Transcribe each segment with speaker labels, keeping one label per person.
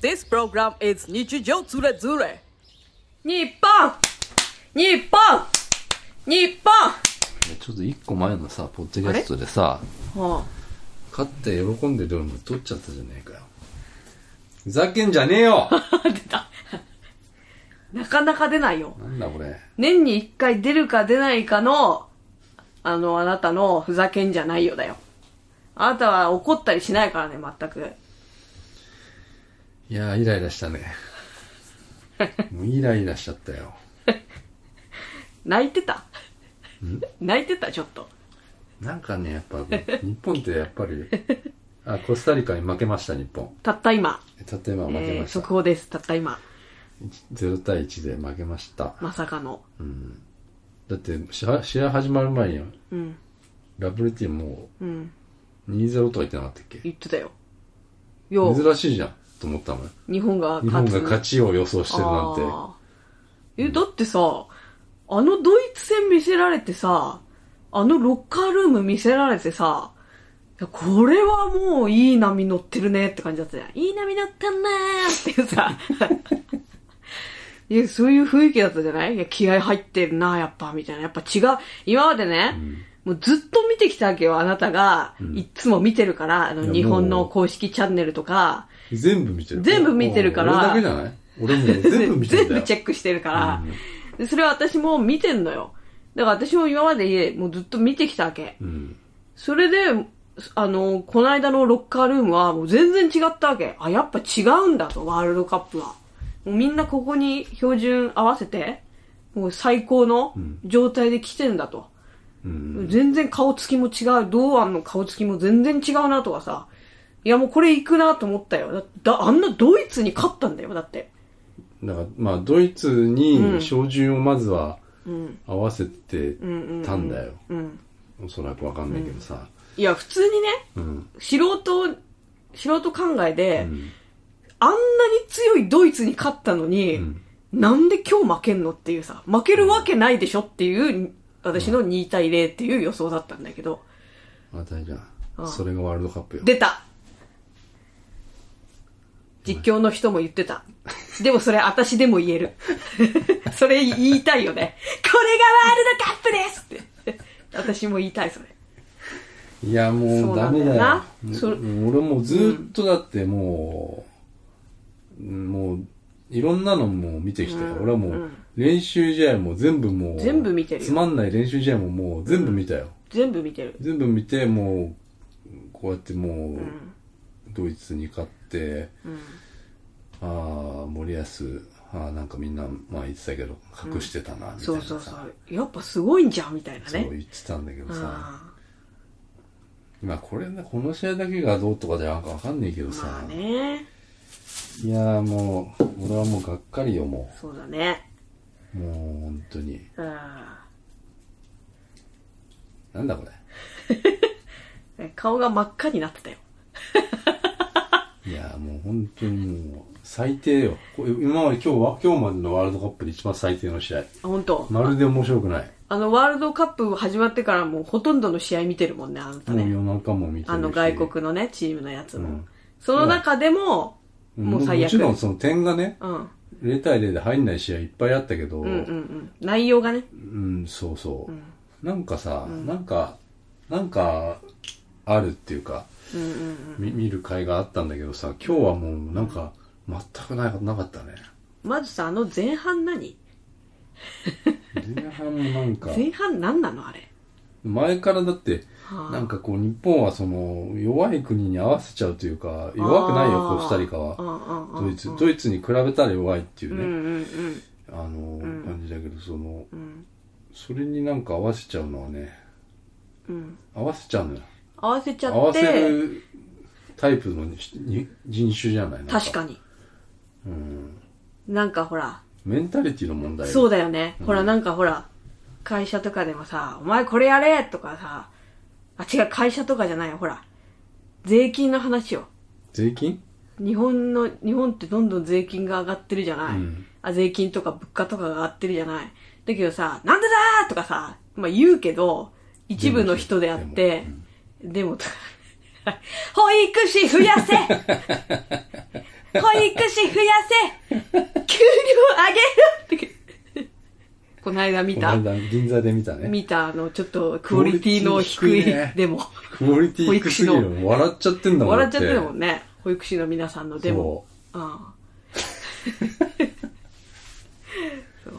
Speaker 1: This program is 日常ズレズレ
Speaker 2: 日本日本日 本
Speaker 3: ちょっと一個前のさ、ポッドキャストでさ、
Speaker 2: は
Speaker 3: 勝って喜んでるの取っちゃったじゃねえかよ。ふざけんじゃねえ よ
Speaker 2: あ、出た。なかなか出ないよ。
Speaker 3: なんだこれ。
Speaker 2: 年に一回出るか出ないかの、あの、あなたのふざけんじゃないよだよ。あなたは怒ったりしないからね、全く。
Speaker 3: いやー、イライラしたね。 もうイライラしちゃったよ。
Speaker 2: 泣いてた泣いてた、ちょっと。
Speaker 3: なんかね、やっぱ、日本ってやっぱ り、あ、コスタリカに負けました、日本。
Speaker 2: たった今。
Speaker 3: たった今負け
Speaker 2: えー
Speaker 3: ました。
Speaker 2: 速報です、たった今。
Speaker 3: 0対1で負けました。
Speaker 2: まさかの。
Speaker 3: だって試合、試合始まる前に、
Speaker 2: うん、
Speaker 3: ラブレティも
Speaker 2: うん。
Speaker 3: う2-0とか言ってなかったっけ
Speaker 2: 言ってたよ。よう、
Speaker 3: 珍しいじゃん、と思ったのよ。
Speaker 2: 日本が
Speaker 3: 日本
Speaker 2: 勝つ。
Speaker 3: が勝ちを予想してるなんて。
Speaker 2: あーえ、だってさ、あのドイツ戦見せられてさ、あのロッカールーム見せられてさ、いやこれはもういい波乗ってるねって感じだったじゃん。いい波乗ってんねーっていうさ。 いや、そういう雰囲気だったじゃないいや、気合入ってるな、やっぱ、みたいな。やっぱ違う。今までね、もうずっと見てきたわけよ、あなたが。いっつも見てるから、あ
Speaker 3: い
Speaker 2: の、
Speaker 3: や
Speaker 2: 日本
Speaker 3: も
Speaker 2: の
Speaker 3: う
Speaker 2: 公式チャンネルとか。
Speaker 3: 全部見てる。
Speaker 2: 全部見てるから
Speaker 3: 俺だけじゃない俺も全部見てるん だ
Speaker 2: 全
Speaker 3: よ。
Speaker 2: 部チェックしてるから、でそれは私も見てんのよだから私も今までもうずっと見てきたわけ
Speaker 3: うん。
Speaker 2: それであのこの間のロッカールームはもう全然違ったわけあやっぱ違うんだとワールドカップはもうみんなここに標準合わせてもう最高の状態で来てんだと、
Speaker 3: うん。
Speaker 2: 全然顔つきも違う、堂安の顔つきも全然違うなとかさ、いやもうこれ行くなと思ったよ。だだあんなドイツに勝ったんだよ、だって。
Speaker 3: だから、まあ、ドイツに照準をまずは合わせてたんだよ。
Speaker 2: うん。
Speaker 3: おそらくわかんないけどさ。
Speaker 2: いや、普通にね、
Speaker 3: うん。
Speaker 2: 素人、素人考えで、
Speaker 3: ん
Speaker 2: あんなに強いドイツに勝ったのに、
Speaker 3: ん
Speaker 2: なんで今日負けんのっていうさ、負けるわけないでしょっていう、私の2対0っていう予想だったんだけど、
Speaker 3: またじゃ
Speaker 2: あ
Speaker 3: ん。それがワールドカップよ。
Speaker 2: 出た実況の人も言ってた。でもそれ私でも言える。 それ言いたいよね。これがワールドカップですって。私も言いたい、それ。
Speaker 3: いや、もうダメ
Speaker 2: そうな
Speaker 3: だよ。
Speaker 2: んだよな
Speaker 3: もう
Speaker 2: それ
Speaker 3: 俺もうずっとだってもう、もう、いろんなのもう見てきたよ。俺はもう、練習試合も全部もう、
Speaker 2: 全部見てるよ
Speaker 3: つまんない練習試合ももう全部見たよ。
Speaker 2: 全部見てる。
Speaker 3: 全部見て、もう、こうやってもう、ドイツに勝って、ああ、森保、ああ、なんかみんな、まあ言ってたけど、隠してたな、みたいなさ、
Speaker 2: そうそうそう。やっぱすごいんじゃん、みたいな
Speaker 3: そう
Speaker 2: ね。
Speaker 3: 言ってたんだけどさ。
Speaker 2: あ
Speaker 3: まあこれね、この試合だけがどうとかじゃなんかわかんないけど
Speaker 2: ー
Speaker 3: さ、
Speaker 2: まあね。
Speaker 3: いやーもう、俺はもうがっかりよ、も
Speaker 2: そうだね。
Speaker 3: う。もう、本当に。
Speaker 2: あ
Speaker 3: なんだこ
Speaker 2: ー顔が真っ赤になってたよ。
Speaker 3: れ。いやーもう本当にもう、最低よ。これ今まで今日は、今日までのワールドカップで一番最低の試合。
Speaker 2: あ本当。
Speaker 3: まるで面白くない。
Speaker 2: あの、ワールドカップ始まってからもうほとんどの試合見てるもんね、あなた
Speaker 3: もう
Speaker 2: ね。
Speaker 3: 夜中も見てるし。
Speaker 2: あの外国のね、チームのやつも。
Speaker 3: うん
Speaker 2: その中でも、もう最
Speaker 3: もち
Speaker 2: 悪。
Speaker 3: ろんその点がね、
Speaker 2: うん。うん
Speaker 3: 0対0で入んない試合いっぱいあったけど、
Speaker 2: うんうん。内容がね。
Speaker 3: うん、そうそう。なんかさ、なんか、なんか、あるっていうか、み見る会があったんだけどさ、今日はもうなんか、全くなかなかったね。
Speaker 2: まずさ、あの前半何
Speaker 3: 前半もなんか、
Speaker 2: 前半何なのあれ。
Speaker 3: 前からだって、
Speaker 2: はあ
Speaker 3: なんかこう、日本はその、弱い国に合わせちゃうというか、弱くない
Speaker 2: あー
Speaker 3: よ、コスタリカ
Speaker 2: う
Speaker 3: は。
Speaker 2: んうんうん。
Speaker 3: ドイツ、ドイツに比べたら弱いっていう
Speaker 2: うんう
Speaker 3: ね、
Speaker 2: んうん。
Speaker 3: あの、感じだけど、その、
Speaker 2: ん
Speaker 3: それになんか合わせちゃうのはね、
Speaker 2: うん。
Speaker 3: 合わせちゃうのよ。
Speaker 2: 合わせちゃ
Speaker 3: 合わ
Speaker 2: っ
Speaker 3: せ
Speaker 2: て、
Speaker 3: るタイプのにに人種じゃないなん
Speaker 2: 確か
Speaker 3: に。
Speaker 2: に。
Speaker 3: うん。
Speaker 2: なんかほら、
Speaker 3: メンタリティの問題。
Speaker 2: そうだよね。ほら、なんかほら、会社とかでもさ、お前これやれとかさ、あ、違う、会社とかじゃないよ。ほら、税金の話よ。
Speaker 3: 税金
Speaker 2: 日本の、日本ってどんどん税金が上がってるじゃない、
Speaker 3: うん
Speaker 2: あ税金とか物価とかが上がってるじゃないだけどさ、なんでだーとかさ、まあ言うけど、一部の人であって、で も、とか保育士増やせ保育間見
Speaker 3: こ
Speaker 2: た
Speaker 3: の、間銀座で見たね。
Speaker 2: 見たあの、ちょっとクオリティの低い、
Speaker 3: クオリティ低いね
Speaker 2: でも、
Speaker 3: クオリティ低すぎ
Speaker 2: 保育士
Speaker 3: る。笑っちゃってんだもん。
Speaker 2: 笑っちゃってるも
Speaker 3: だ
Speaker 2: んね。保育士の皆さんの
Speaker 3: って
Speaker 2: デモ。
Speaker 3: そ
Speaker 2: ああそ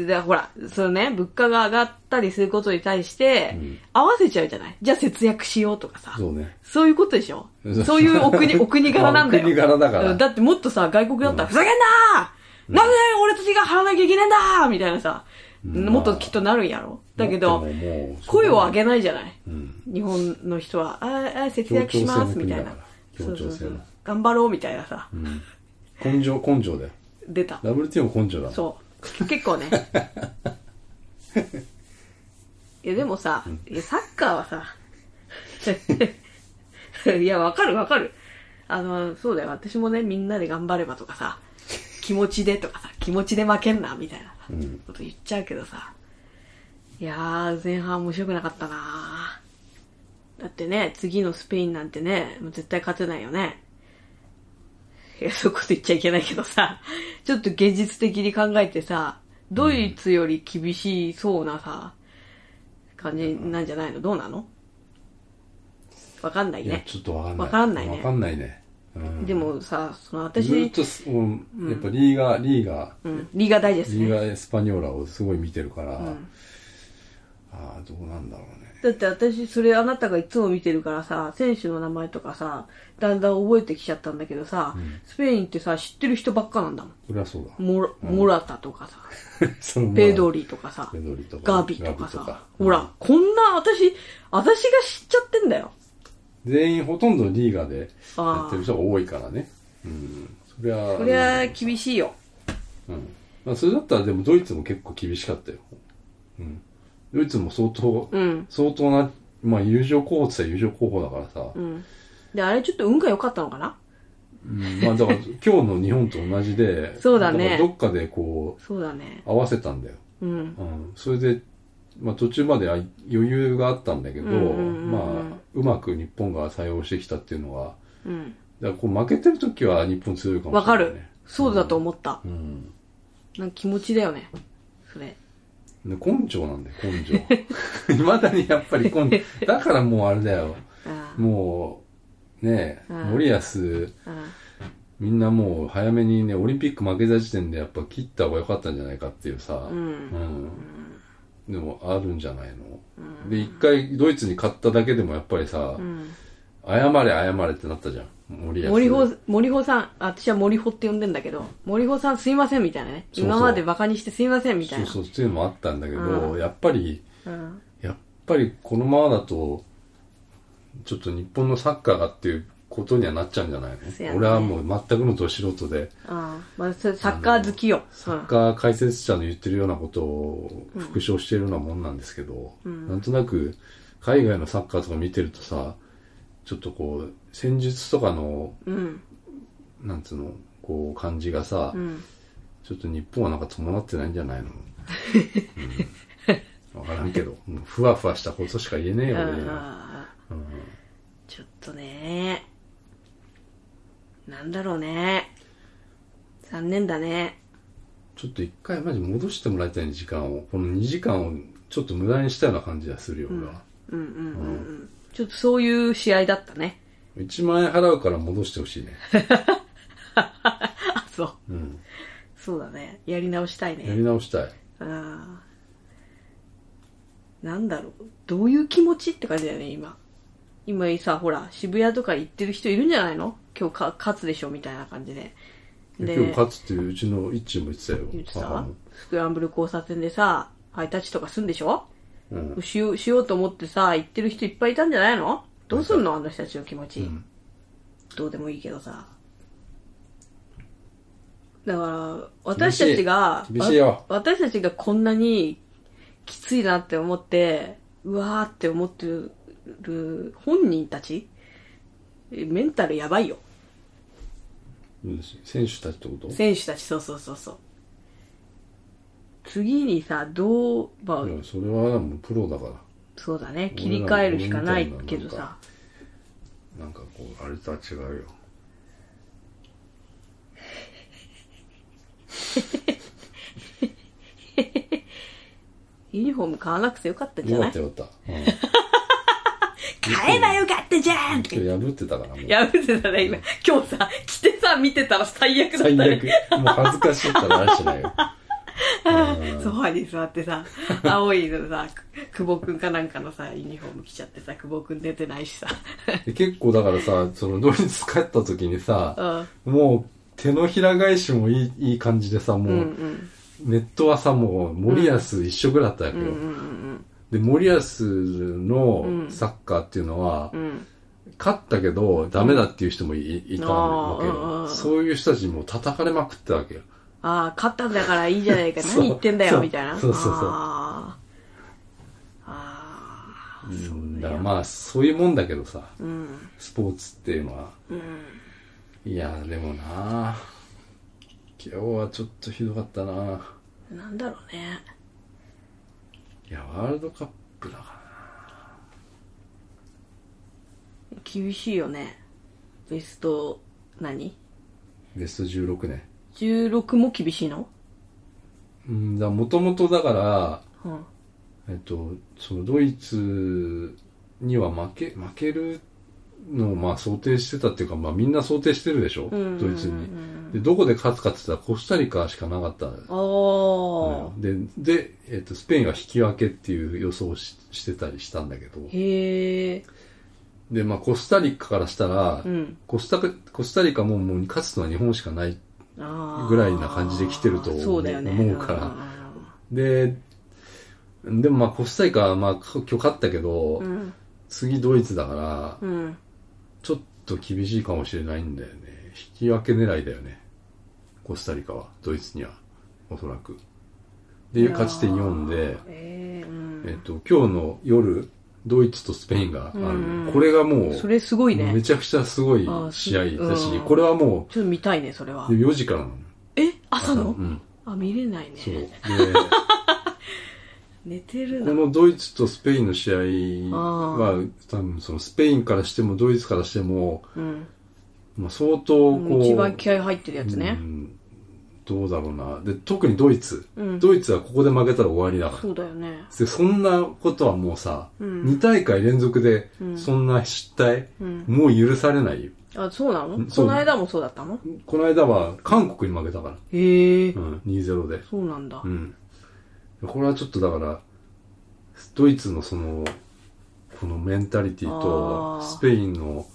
Speaker 2: う。で、ほら、そのね、物価が上がったりすることに対して、
Speaker 3: うん
Speaker 2: 合わせちゃうじゃないじゃあ節約しようとかさ。
Speaker 3: う。そうね。
Speaker 2: そういうことでしょ
Speaker 3: そう
Speaker 2: そういうお 国、お国柄なんだよ。
Speaker 3: お国柄だから
Speaker 2: うんだってもっとさ、外国だったら、ふざけんなーなんで俺たちが払わなきゃいけないんだーみたいなさ、
Speaker 3: うん
Speaker 2: もっときっとなるんやろ。だけど
Speaker 3: もっともうもう
Speaker 2: 声を上げないじゃない
Speaker 3: うん。
Speaker 2: 日本の人は、あーあー、節約します、みたいな。そ
Speaker 3: 協調性の国だから
Speaker 2: うそうそ
Speaker 3: 協調性
Speaker 2: う
Speaker 3: の
Speaker 2: 頑張ろう、みたいなさ、
Speaker 3: うん根性、根性だよ。
Speaker 2: 出た。
Speaker 3: WT も根性だもん。
Speaker 2: そう。結構 ね。いや、でもさ、いやサッカーはさ、 いや、わかるわかる。あの、そうだよ。私もね、みんなで頑張ればとかさ、気持ちでとかさ、気持ちで負けんな、みたいなさ
Speaker 3: うん
Speaker 2: こと言っちゃうけどさ。いやー、前半面白くなかったなだってね、次のスペインなんてね、もう絶対勝てないよね。いや、そういうこと言っちゃいけないけどさ、ちょっと現実的に考えてさ、ドイツより厳しそうなさ、感じなんじゃないのどうなのわかんない
Speaker 3: いや、
Speaker 2: ね。
Speaker 3: ちょっとわかんない。
Speaker 2: わかんないね
Speaker 3: わかんないね。うん
Speaker 2: でもさ、その
Speaker 3: ずー
Speaker 2: 私
Speaker 3: っ、とす、うんやっぱリーガ、リーガ、
Speaker 2: うん、リーガ大事です
Speaker 3: リー
Speaker 2: ね。
Speaker 3: ガエスパニョーラをすごい見てるから、ああ、どうなんだろうね。
Speaker 2: だって私、それあなたがいつも見てるからさ、選手の名前とかさ、だんだん覚えてきちゃったんだけどさ、スペインってさ、知ってる人ばっかなんだもん。
Speaker 3: それはそうだ。
Speaker 2: モラモラタとかさ、
Speaker 3: その
Speaker 2: ペドリとかさ、
Speaker 3: ペドリとか
Speaker 2: ガビとかさ
Speaker 3: ガビとか
Speaker 2: ほら、こんな私、私が知っちゃってんだよ。
Speaker 3: 全員ほとんどリーガでや
Speaker 2: あー
Speaker 3: ってる人が多いからね。うん。そりゃ、
Speaker 2: これは厳しいよ。
Speaker 3: うん。まあ、それだったらでもドイツも結構厳しかったよ。うん。ドイツも相当、
Speaker 2: うん
Speaker 3: 相当な、まあ優勝候補って言ったら優勝候補だからさ。
Speaker 2: うん。で、あれちょっと運が良かったのかな
Speaker 3: うんまあだから今日の日本と同じで、
Speaker 2: そうだね
Speaker 3: からどっかでこ
Speaker 2: そうだね。
Speaker 3: う、合わせたんだよ。
Speaker 2: うん。
Speaker 3: うん。それで、まあ途中までは余裕があったんだけど、
Speaker 2: うんうんうんうん
Speaker 3: まあ、うまく日本が採用してきたっていうのは、
Speaker 2: うん。
Speaker 3: だからこう負けてる時は日本強いかも
Speaker 2: わ
Speaker 3: しれ
Speaker 2: か
Speaker 3: ない、ね。
Speaker 2: る。そうだと思った。
Speaker 3: うん。
Speaker 2: なんか気持ちだよね。それ。
Speaker 3: で根性なんだよ、根性。 いまだにやっぱり根性。だからもうあれだよ。
Speaker 2: ああ
Speaker 3: もう、ねえ、
Speaker 2: うん
Speaker 3: 森保、
Speaker 2: ああ
Speaker 3: みんなもう早めにね、オリンピック負けた時点でやっぱ切った方が良かったんじゃないかっていうさ、
Speaker 2: ん
Speaker 3: うんでもあるんじゃないの、で、一回ドイツに勝っただけでもやっぱりさ、
Speaker 2: うん。
Speaker 3: 謝れ謝れってなったじゃん、森保。
Speaker 2: 森穂、森穂さん、私は森穂って呼んでんだけど、森穂さんすいませんみたいなね。
Speaker 3: そうそう
Speaker 2: 今までバカにしてすいませんみたい
Speaker 3: そう
Speaker 2: な。
Speaker 3: そう、っていうのもあったんだけど、
Speaker 2: うん
Speaker 3: やっぱり、
Speaker 2: うん。
Speaker 3: やっぱりこのままだと、ちょっと日本のサッカーがっていうことにはなっちゃうんじゃない
Speaker 2: そう
Speaker 3: の、
Speaker 2: やね
Speaker 3: 俺はもう全くのど素人で、
Speaker 2: ああまあ、それサッカー好きよ。
Speaker 3: サッカー解説者の言ってるようなことを復唱してるようなもんなんですけど、なんとなく海外のサッカーとか見てるとさ、ちょっとこう、戦術とかの、
Speaker 2: うん。うん。
Speaker 3: なんつうの、こう感じがさ、
Speaker 2: ん
Speaker 3: ちょっと日本はなんか伴ってないんじゃな いの、うん、わからんけど、もうふわふわしたことしか言えねえよ、俺には
Speaker 2: ああちょっとねなんだろうね残念だね
Speaker 3: ちょっと一回マジ戻してもらいたいね時間を。この2時間をちょっと無駄にしたような感じがするよ、俺は。
Speaker 2: うんうんうんうんちょっとそういう試合だったね
Speaker 3: 1万円払うから戻してほしいね。
Speaker 2: あそう
Speaker 3: うん。
Speaker 2: そうだねやり直したい
Speaker 3: や
Speaker 2: ね
Speaker 3: り直したい。
Speaker 2: ああなんだろうどういう気持ちって感じだよね今今さほら渋谷とか行ってる人いるんじゃないの今日か勝つでしょみたいな感じで
Speaker 3: 今
Speaker 2: で
Speaker 3: 日勝つっていううちの一チも言ってたよ。
Speaker 2: 言って
Speaker 3: 母
Speaker 2: さ
Speaker 3: も
Speaker 2: スクランブル交差点でさハイタッチとかすんでしょ
Speaker 3: うん。
Speaker 2: しよう、しようと思ってさ、行ってる人いっぱいいたんじゃないのどうすんのあの人たちの気持ち、どうでもいいけどさ。だから、私たちが、
Speaker 3: 厳しいよ
Speaker 2: わ私たちがこんなにきついなって思って、うわーって思ってる本人たち、えメンタルやばいよ。
Speaker 3: うん選手たちってこと
Speaker 2: 選手たち、そうそうそうそう。次にさ、どう、まあ、
Speaker 3: いやそれはもうプロだか
Speaker 2: そうだね、切り替えるしかないけど
Speaker 3: 俺らの俺みたいなな
Speaker 2: さ
Speaker 3: んか。ら。なんかこう、あれとは違うよ。
Speaker 2: ユニフォーム買わなくてよかったんじゃ
Speaker 3: よ
Speaker 2: な
Speaker 3: かっ
Speaker 2: い
Speaker 3: たよかった。うん
Speaker 2: 買えばよかったじゃんって
Speaker 3: 今日破ってたからもう。
Speaker 2: やめてたね、今。今日さ、着てさ、見てたら最悪だった
Speaker 3: 最
Speaker 2: ね。
Speaker 3: 悪。もう恥ずかしいったら話しないよ。
Speaker 2: ソファに座ってさ、青いのさ、く久保くんかなんかのさ、ユニフォーム着ちゃってさ、久保くん出てないしさ。
Speaker 3: で結構だからさ、そのドイツ帰った時に
Speaker 2: う
Speaker 3: さ、
Speaker 2: ん。
Speaker 3: もう手のひら返しもいいいい感じでさ、もう、
Speaker 2: うんうん。
Speaker 3: ネットはさ、もう森保一緒ぐらいだったわけ
Speaker 2: う
Speaker 3: よ。
Speaker 2: んうん
Speaker 3: で、森保
Speaker 2: う
Speaker 3: の
Speaker 2: ん
Speaker 3: サッカーっていうのは、
Speaker 2: うん。うん。
Speaker 3: 勝ったけどダメだっていう人もいいたわけ
Speaker 2: あーうんう
Speaker 3: よ。
Speaker 2: ん
Speaker 3: そういう人たちにもう叩かれまくってたわけよ。
Speaker 2: ああ、勝ったんだからいいじゃないか。
Speaker 3: そう
Speaker 2: 何言ってんだ
Speaker 3: そ
Speaker 2: よ、
Speaker 3: う
Speaker 2: みたいな。
Speaker 3: そうそうそう
Speaker 2: あーあー。そううんね
Speaker 3: だからまあ、そういうもんだけどさ、
Speaker 2: うん。
Speaker 3: スポーツっていうのは。
Speaker 2: うん。
Speaker 3: いやー、でもなー今日はちょっとひどかったなー
Speaker 2: なんだろうね。
Speaker 3: いや、ワールドカップだからな
Speaker 2: 厳しいよね。ベスト、何
Speaker 3: ベスト16ね。
Speaker 2: ?16 も厳しいの
Speaker 3: うん、だもともとだから、
Speaker 2: うん。
Speaker 3: えっと、そのドイツには負け、負けるのをまあ想定してたっていうか、まあみんな想定してるでしょ、
Speaker 2: うんうんうんうん
Speaker 3: ドイツに。で、どこで勝つかって言ったらコスタリカしかなかったのよ
Speaker 2: ああ。
Speaker 3: で、で、えっと、スペインは引き分けっていう予想をししてたりしたんだけど、
Speaker 2: へえ。
Speaker 3: で、まあコスタリカからしたら、
Speaker 2: うん。
Speaker 3: コスタリコスタリカももう勝つのは日本しかない。ぐ
Speaker 2: ぐ
Speaker 3: らいな感じで来てると思う
Speaker 2: そうだよね
Speaker 3: 思うからで、でもまあコスタリカはまあ今日勝ったけど、
Speaker 2: うん
Speaker 3: 次ドイツだから、
Speaker 2: うん
Speaker 3: ちょっと厳しいかもしれないんだよね。引き分け狙いだよね。コスタリカは、ドイツには、おそらく。で、勝ち点4で、
Speaker 2: えーう
Speaker 3: えっ
Speaker 2: ん
Speaker 3: と、今日の夜、ドイツとスペインがあるの、
Speaker 2: うんうん
Speaker 3: これがもう、
Speaker 2: それすごいね
Speaker 3: め
Speaker 2: ち
Speaker 3: ちゃくちゃすごい試合だ
Speaker 2: あ
Speaker 3: し、
Speaker 2: うん
Speaker 3: これはも
Speaker 2: ょっと見たいねそれは
Speaker 3: う4時からなの。
Speaker 2: え朝の
Speaker 3: うん。
Speaker 2: あ見れない
Speaker 3: そう。
Speaker 2: ね
Speaker 3: で、
Speaker 2: 寝てる
Speaker 3: こ
Speaker 2: な
Speaker 3: のドイツとスペインの試合は、多分そのスペインからしてもドイツからしても、
Speaker 2: うん
Speaker 3: まあ、相当こう、
Speaker 2: 一番気合入ってるやつね
Speaker 3: うんどうだろうな。で、特にドイツ。
Speaker 2: うん
Speaker 3: ドイツはここで負けたら終わりだから。
Speaker 2: そうだよね
Speaker 3: で、そんなことはもうさ、
Speaker 2: うん
Speaker 3: 2大会連続で
Speaker 2: う、ん
Speaker 3: そんな失態、
Speaker 2: うん
Speaker 3: もう許されないよ。
Speaker 2: あそうなの
Speaker 3: うんそ
Speaker 2: こ
Speaker 3: う
Speaker 2: の間もそうだったの
Speaker 3: この間は韓国に負けたから。
Speaker 2: へえ
Speaker 3: うん、2-0で。
Speaker 2: そうなんだ
Speaker 3: うん。これはちょっとだから、ドイツのその、このメンタリティ
Speaker 2: あ
Speaker 3: と、
Speaker 2: ー
Speaker 3: スペインの、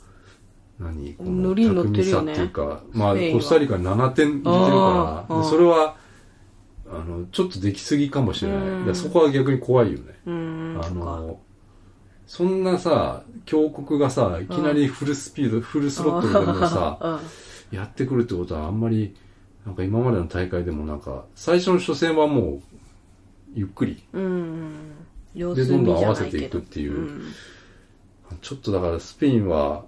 Speaker 3: 何この
Speaker 2: ノリに乗ってる
Speaker 3: 巧みさ
Speaker 2: よ
Speaker 3: って
Speaker 2: ね
Speaker 3: いうか、まあ、
Speaker 2: スペインは
Speaker 3: コスタリカに7点入れてるから、
Speaker 2: あー
Speaker 3: でそれは、あの、ちょっとできすぎかもしれない。
Speaker 2: うん
Speaker 3: だからそこは逆に怖いよね。
Speaker 2: うん
Speaker 3: あ
Speaker 2: そっか
Speaker 3: の、そんなさ、強国がさ、いきなりフルスピード、フルスロットルでもさ、
Speaker 2: あ
Speaker 3: やってくるってことはあんまり、なんか今までの大会でもなんか、最初の初戦はもう、ゆっくり。
Speaker 2: うんうん様
Speaker 3: で、
Speaker 2: 子
Speaker 3: どんど
Speaker 2: 見
Speaker 3: ん
Speaker 2: じ
Speaker 3: 合
Speaker 2: ゃ
Speaker 3: わ
Speaker 2: な
Speaker 3: せ
Speaker 2: い
Speaker 3: てい
Speaker 2: け
Speaker 3: くっ
Speaker 2: ど
Speaker 3: ていうう。
Speaker 2: ん
Speaker 3: ちょっとだからスペインは、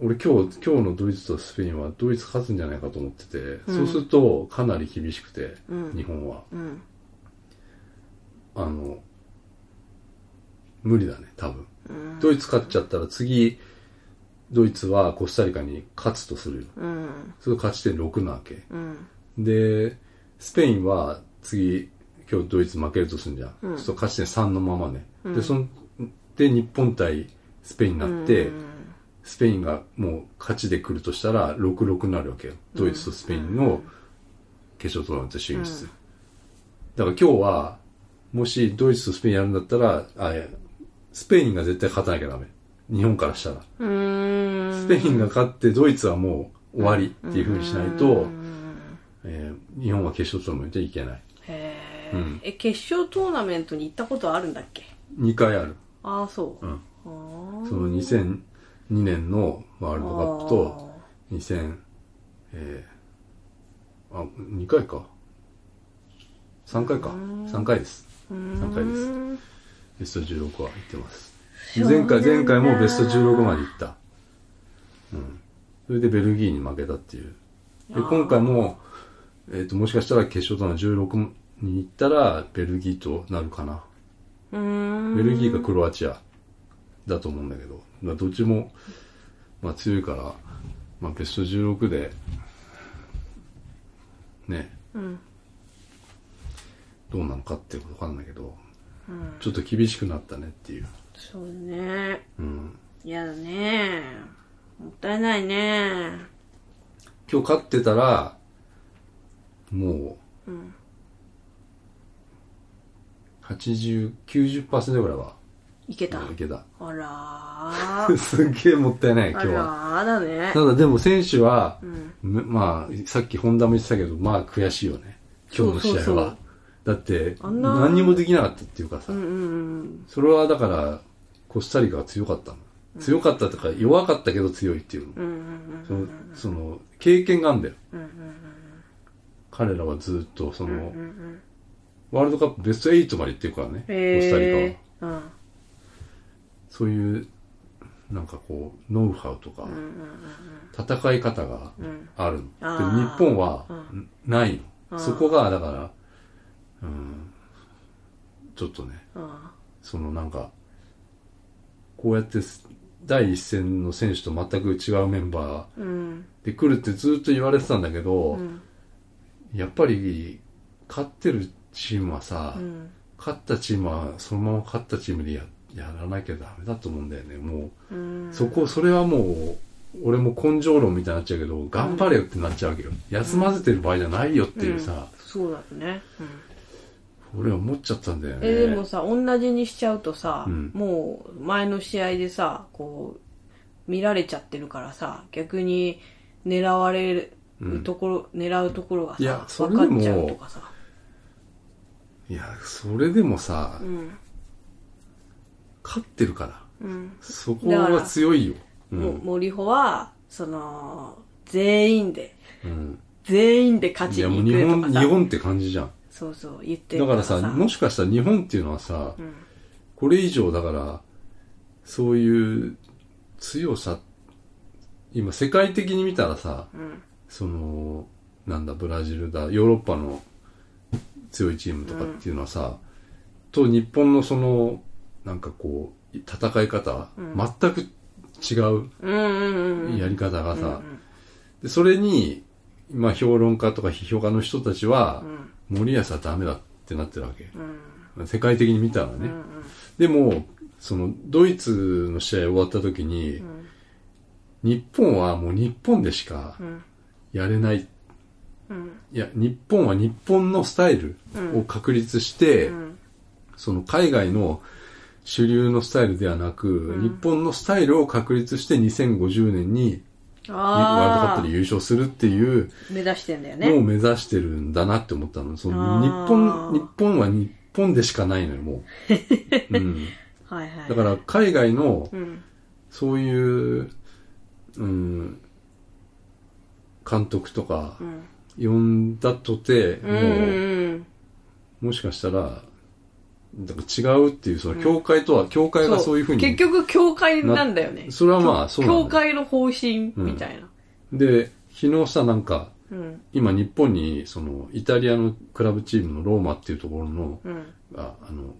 Speaker 3: 俺今日、今日のドイツとスペインはドイツ勝つんじゃないかと思ってて、
Speaker 2: ん
Speaker 3: そうするとかなり厳しくて、
Speaker 2: うん
Speaker 3: 日本は。
Speaker 2: うん
Speaker 3: あの、無理だね、多分。
Speaker 2: うん
Speaker 3: ドイツ勝っちゃったら次、ドイツはコスタリカに勝つとするよ。
Speaker 2: うん
Speaker 3: それと勝ち点6なわけ。
Speaker 2: うん
Speaker 3: で、スペインは次、今日ドイツ負けるとするんじゃん。そうすると勝ち点3のままね。で、その、で、日本対スペインになって、スペインがもう勝ちで来るとしたら、6-6になるわけよ。ドイツとスペインの決勝トーナメント進出。だから今日は、もしドイツとスペインやるんだったら、あ、いやスペインが絶対勝たなきゃダメ。日本からしたら。
Speaker 2: うーん
Speaker 3: スペインが勝ってドイツはもう終わりっていう風にしないと、えー日本は決勝トーナメントに行けない。
Speaker 2: へ
Speaker 3: う
Speaker 2: ー
Speaker 3: ん
Speaker 2: え、決勝トーナメントに行ったことあるんだっけ
Speaker 3: 2回ある。
Speaker 2: ああ、そう。
Speaker 3: う
Speaker 2: あ
Speaker 3: ん。
Speaker 2: あ
Speaker 3: その2002年のワールドカップと、2000、えー、あ、2回か。3回か。3回です。3回です。
Speaker 2: ー
Speaker 3: ベスト16は行ってます。
Speaker 2: う
Speaker 3: 前
Speaker 2: なん
Speaker 3: 回、
Speaker 2: だ
Speaker 3: 前回もベスト16まで行った。うん。それでベルギーに負けたっていう。で、今回も、えっ、と、もしかしたら決勝トーナメント16に行ったら、ベルギーとなるかな。
Speaker 2: うーん。
Speaker 3: ベルギーかクロアチアだと思うんだけど、まあ、どっちも、まあ、強いから、まあ、ベスト16で、ね、どうなのかって分かんないけど、
Speaker 2: うん、
Speaker 3: ちょっと厳しくなったねっていう。
Speaker 2: そうね。
Speaker 3: うん。
Speaker 2: 嫌だね。もったいないね。
Speaker 3: 今日勝ってたら、もう、
Speaker 2: うん
Speaker 3: 80、90%ぐらいは、
Speaker 2: いけた。
Speaker 3: いけた。
Speaker 2: あらー。
Speaker 3: すっげえもったいない、 今
Speaker 2: あ
Speaker 3: 日は。
Speaker 2: らーだね。
Speaker 3: ただでも選手は、
Speaker 2: うん。
Speaker 3: むまあ、さっき本田も言ってたけど、まあ悔しいよね。今日の試合は。
Speaker 2: そうそうそう
Speaker 3: だって、
Speaker 2: あんな
Speaker 3: 何にもできなかったっていうかさ、
Speaker 2: うんうん
Speaker 3: それはだから、コスタリカが強かったの。強かったとか、弱かったけど強いっていうの。
Speaker 2: うん。うんうん
Speaker 3: その、その、経験があるんだよ。
Speaker 2: うん。うんうん
Speaker 3: 彼らはずっと、そ
Speaker 2: うんうん
Speaker 3: の、
Speaker 2: うんうん。
Speaker 3: ワールドカップベスト8まで行ってるからね、コスタリカは
Speaker 2: へ。ー。うん。
Speaker 3: そういう、なんかこう、ノウハウとか、
Speaker 2: うんうん
Speaker 3: 戦い方が
Speaker 2: うんうん。
Speaker 3: あるの。
Speaker 2: あー
Speaker 3: でも日本は
Speaker 2: う
Speaker 3: ない
Speaker 2: うん
Speaker 3: の。そこが、だから、うん、ちょっとね、
Speaker 2: あ
Speaker 3: そのなんか、こうやってす第一線の選手と全く違うメンバ
Speaker 2: ーうん。
Speaker 3: ーで来るってずっと言われてたんだけど、
Speaker 2: うん。
Speaker 3: やっぱり、勝ってるチームはさ、
Speaker 2: うん。
Speaker 3: 勝ったチームはそのまま勝ったチームでややらなきゃダメだと思うんだよね。も
Speaker 2: うん
Speaker 3: う、そこ、それはもう、俺も根性論みたいになっちゃうけど、頑張れよってなっちゃうわけよ。休ませてる場合じゃないよっていうさ、
Speaker 2: うんそうだね。うん
Speaker 3: 俺は思っちゃったんだよね。
Speaker 2: えーでもさ、同じにしちゃうとさ、
Speaker 3: うん
Speaker 2: もう前の試合でさ、こう、見られちゃってるからさ、逆に狙われるところ、狙うところが
Speaker 3: いや
Speaker 2: さ、
Speaker 3: それ
Speaker 2: 分
Speaker 3: でも
Speaker 2: かっちゃうとかさ。
Speaker 3: いや、それでもさ、
Speaker 2: うん。
Speaker 3: 勝ってるから、
Speaker 2: うん。
Speaker 3: そこは強いよ。う。
Speaker 2: もうん森穂は、その、全員で、
Speaker 3: うん、
Speaker 2: 全員で勝
Speaker 3: い
Speaker 2: ち
Speaker 3: や、もう
Speaker 2: に
Speaker 3: 日
Speaker 2: 行く
Speaker 3: 本、
Speaker 2: とか
Speaker 3: 日
Speaker 2: さ。
Speaker 3: 本って感じじゃん。
Speaker 2: そうそう、言って
Speaker 3: だ
Speaker 2: る
Speaker 3: からさ、も
Speaker 2: し、
Speaker 3: しかしたら日本っていうのはさ、
Speaker 2: うん。
Speaker 3: これ以上だから、そういう強さ、今世界的に見たらさ、
Speaker 2: うん。
Speaker 3: その、なんだ、ブラジルだ、ヨーロッパの強いチームとかっていうのはさ、と日本のその、なんかこう、戦い方、
Speaker 2: うん
Speaker 3: 全く違
Speaker 2: うんうんうんうん。
Speaker 3: うやり方が
Speaker 2: うん
Speaker 3: さ、
Speaker 2: うん
Speaker 3: でそれに、まあ評論家とか批評家の人たちは
Speaker 2: う、ん
Speaker 3: 森保はダメだってなってるわけ。
Speaker 2: うん
Speaker 3: 世界的に見たらね。
Speaker 2: うんうん
Speaker 3: でも、その、ドイツの試合終わった時に、
Speaker 2: ん
Speaker 3: 日本はもう日本でしか
Speaker 2: うん
Speaker 3: やれない。
Speaker 2: うん
Speaker 3: いや、日本は日本のスタイルを確立して、
Speaker 2: うん
Speaker 3: その海外の主流のスタイルではなく、日本のスタイルを確立して2050年にワールドカッ
Speaker 2: あー
Speaker 3: プで優勝するっていう
Speaker 2: 目指してんだよね。
Speaker 3: のを目指してるんだなって思ったの。その日
Speaker 2: あ
Speaker 3: 本、
Speaker 2: ー
Speaker 3: 日本は日本でしかないのよ、も う。うん、
Speaker 2: はいはい。
Speaker 3: だから海外の、
Speaker 2: うん。
Speaker 3: そういう、うん、監督とか
Speaker 2: うん。
Speaker 3: 呼んだとて、
Speaker 2: うん
Speaker 3: も
Speaker 2: うん。
Speaker 3: う、もしかしたら、だから違うっていう、その、教会とは、教会がそういうふうに。
Speaker 2: 結局、教会なんだよね。
Speaker 3: それはまあ、そうなんだよ
Speaker 2: 教会の方針みたいな。
Speaker 3: で、昨日さ、なんか、
Speaker 2: うん。
Speaker 3: 今日本に、その、イタリアのクラブチームのローマっていうところの、
Speaker 2: うん。
Speaker 3: ああの、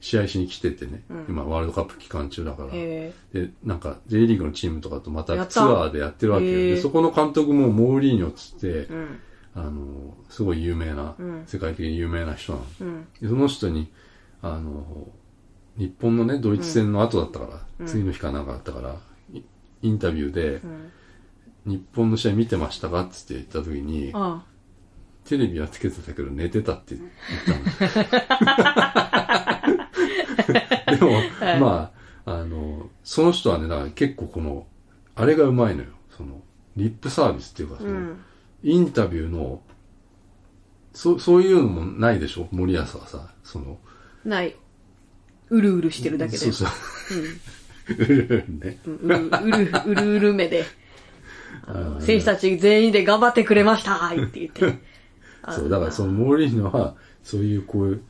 Speaker 3: 試合しに来ててね、
Speaker 2: うん
Speaker 3: 今ワールドカップ期間中だから、
Speaker 2: へ
Speaker 3: で、なんか J リーグのチームとかとま
Speaker 2: や
Speaker 3: た
Speaker 2: った
Speaker 3: ツアーでやってるわけよ。
Speaker 2: へー
Speaker 3: で、そこの監督もモーリーニョっつって、
Speaker 2: え。うん。
Speaker 3: あの、すごい有名な、
Speaker 2: うん
Speaker 3: 世界的に有名な人なの。
Speaker 2: うん。
Speaker 3: でその人に、あの、日本のね、ドイツ戦の後だったから、次の日かなんかだったから、いインタビューで
Speaker 2: う、ん。
Speaker 3: 日本の試合見てましたかっつって言った時に、
Speaker 2: あ
Speaker 3: テレビはつけてたけど寝てたって言ったの。 でも、まあ、あの、その人はね、だから結構この、あれがうまいのよ。その、リップサービスっていうか、その、
Speaker 2: うん
Speaker 3: インタビューの、そ、そういうのもないでしょ森保はさ、その、
Speaker 2: あ。ない。うるうるしてるだけで。
Speaker 3: そうそう。うん。 ね。
Speaker 2: うん。うるうる、うるうる 目で。あの選手たち全員で頑張ってくれましたーいって言って。
Speaker 3: そう、だからそのモーリーノは、そういうこういう、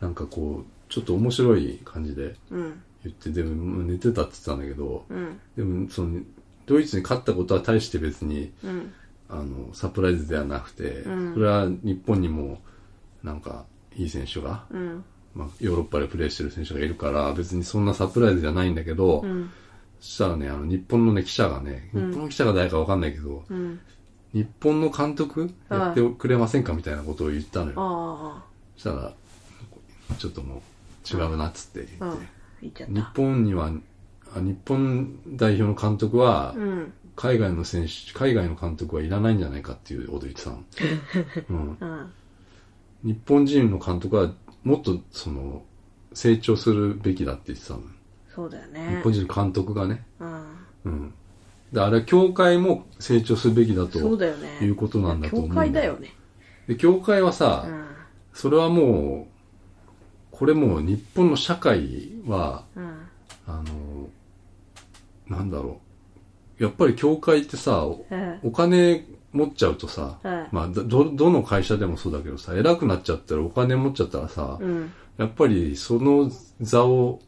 Speaker 3: なんかこう、ちょっと面白い感じで
Speaker 2: うん。
Speaker 3: 言って、でも寝てたって言ってたんだけど、
Speaker 2: うん。
Speaker 3: でもその、ドイツに勝ったことは大して別に、
Speaker 2: うん。
Speaker 3: あの、サプライズではなくて、
Speaker 2: ん
Speaker 3: それは日本にも、なんか、いい選手が、
Speaker 2: うん。
Speaker 3: まあ、ヨーロッパでプレーしてる選手がいるから、別にそんなサプライズじゃないんだけど、
Speaker 2: うん。
Speaker 3: そしたらね、あの、日本のね、記者がね、日本の記者が誰かわかんないけど、
Speaker 2: うん。
Speaker 3: 日本の監督やってくれませんかみたいなことを言ったのよ。
Speaker 2: ああ。
Speaker 3: そそしたら、ちょっともう違うなっつって
Speaker 2: う
Speaker 3: 言
Speaker 2: ん
Speaker 3: っ。
Speaker 2: 行っちゃ
Speaker 3: て、
Speaker 2: っ
Speaker 3: 日
Speaker 2: た。
Speaker 3: 本には、あ日本代表の監督は、
Speaker 2: うん。
Speaker 3: 海外の選手、海外の監督はいらないんじゃないかっていうこと言ってた の。うん、
Speaker 2: うん。
Speaker 3: 日本人の監督はもっとその成長するべきだって言ってたの。
Speaker 2: そうだよ
Speaker 3: 日
Speaker 2: ね。
Speaker 3: 本人の監督がね。
Speaker 2: うん。
Speaker 3: うん。で、あれは協会も成長するべきだと
Speaker 2: そうだよね。
Speaker 3: いうことなんだと思う
Speaker 2: 教
Speaker 3: ん
Speaker 2: 会だよ。ね。
Speaker 3: で、協会はさ、
Speaker 2: うん。
Speaker 3: それはもう、これもう日本の社会は、
Speaker 2: うん。
Speaker 3: あの、なんだろう。やっぱり協会ってさ、お
Speaker 2: うん
Speaker 3: お金持っちゃうとさ、
Speaker 2: はい
Speaker 3: まあど、どの会社でもそうだけどさ、偉くなっちゃったらお金持っちゃったらさ、
Speaker 2: うん。
Speaker 3: やっぱりその座を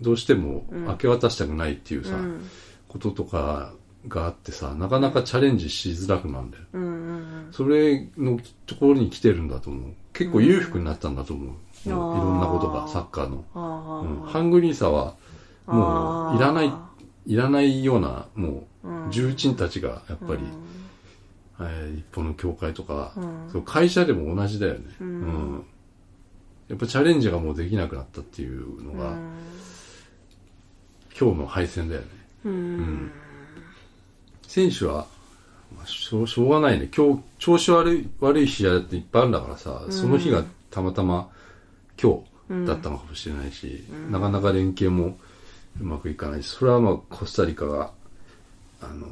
Speaker 3: どうしても明け渡したくないっていう
Speaker 2: う
Speaker 3: さ、
Speaker 2: ん。
Speaker 3: こととかがあってさ、なかなかチャレンジしづらくなるんだよ。
Speaker 2: うんうん。
Speaker 3: それのところに来てるんだと思う。結構裕福になったんだと思う。
Speaker 2: うん
Speaker 3: もういろんなことが、サッカーの。
Speaker 2: ああ
Speaker 3: うんハングリーさは、もういらない
Speaker 2: あ
Speaker 3: いらないような、も
Speaker 2: うん
Speaker 3: う、重鎮たちが、やっぱり、
Speaker 2: うん
Speaker 3: えー日本の協会とか、
Speaker 2: うん
Speaker 3: そう会社でも同じだよね、
Speaker 2: うん
Speaker 3: やっぱチャレンジがもうできなくなったっていうのが、今日の敗戦だよね。
Speaker 2: うん
Speaker 3: ん選手は、まあ、しょうしょうがないね。今日、調子悪い、悪い試合っていっぱいあるんだからさ、その日がたまたま今日だったのかもしれないし、なかなか連携もうまくいかないし、それはまあコスタリカが、あの、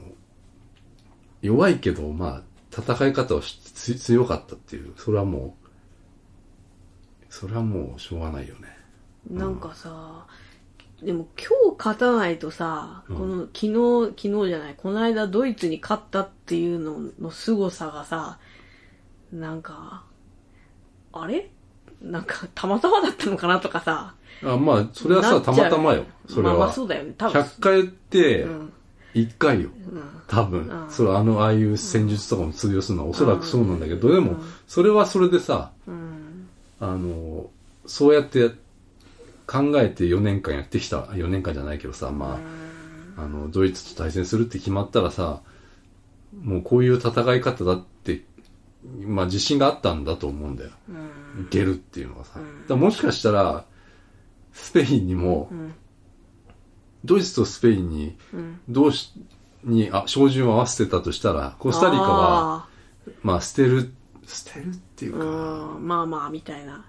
Speaker 3: 弱いけど、まあ、戦い方をしつ強かったっていう、それはもう、それはもうしょうがないよね。
Speaker 2: なんかさ、でも今日勝たないとさ、
Speaker 3: うん
Speaker 2: この昨日、昨日じゃない、この間ドイツに勝ったっていうのの凄さがさ、なんか、あれなんか、たまたまだったのかなとかさ。
Speaker 3: あまあ、それは
Speaker 2: な
Speaker 3: さ、
Speaker 2: っちゃ
Speaker 3: た
Speaker 2: う
Speaker 3: またまよ。それ
Speaker 2: まあま
Speaker 3: は。
Speaker 2: あそうだよね、多分。
Speaker 3: 100回って
Speaker 2: う、ん。
Speaker 3: 1回よ。
Speaker 2: うん。
Speaker 3: 多分、
Speaker 2: うん
Speaker 3: それあの、ああいう戦術とかも通用するのはおそらくそうなんだけど、でも、それはそれでさ、
Speaker 2: うん。
Speaker 3: あの、そうやって考えて4年間やってきた、4年間じゃないけどさ、まあ、あの、ドイツと対戦するって決まったらさ、もうこういう戦い方だって、まあ自信があったんだと思うんだよ。
Speaker 2: うん。
Speaker 3: いけるっていうのがさ。だからもしかしたら、スペインにも、
Speaker 2: ん
Speaker 3: ドイツとスペインに、
Speaker 2: うん。
Speaker 3: どうし、に、あ、照準を合わせてたとしたら、コスタリカは、まあ、捨てる、捨てるっていう
Speaker 2: あ
Speaker 3: か、
Speaker 2: ー、うん。まあまあ、みたいな。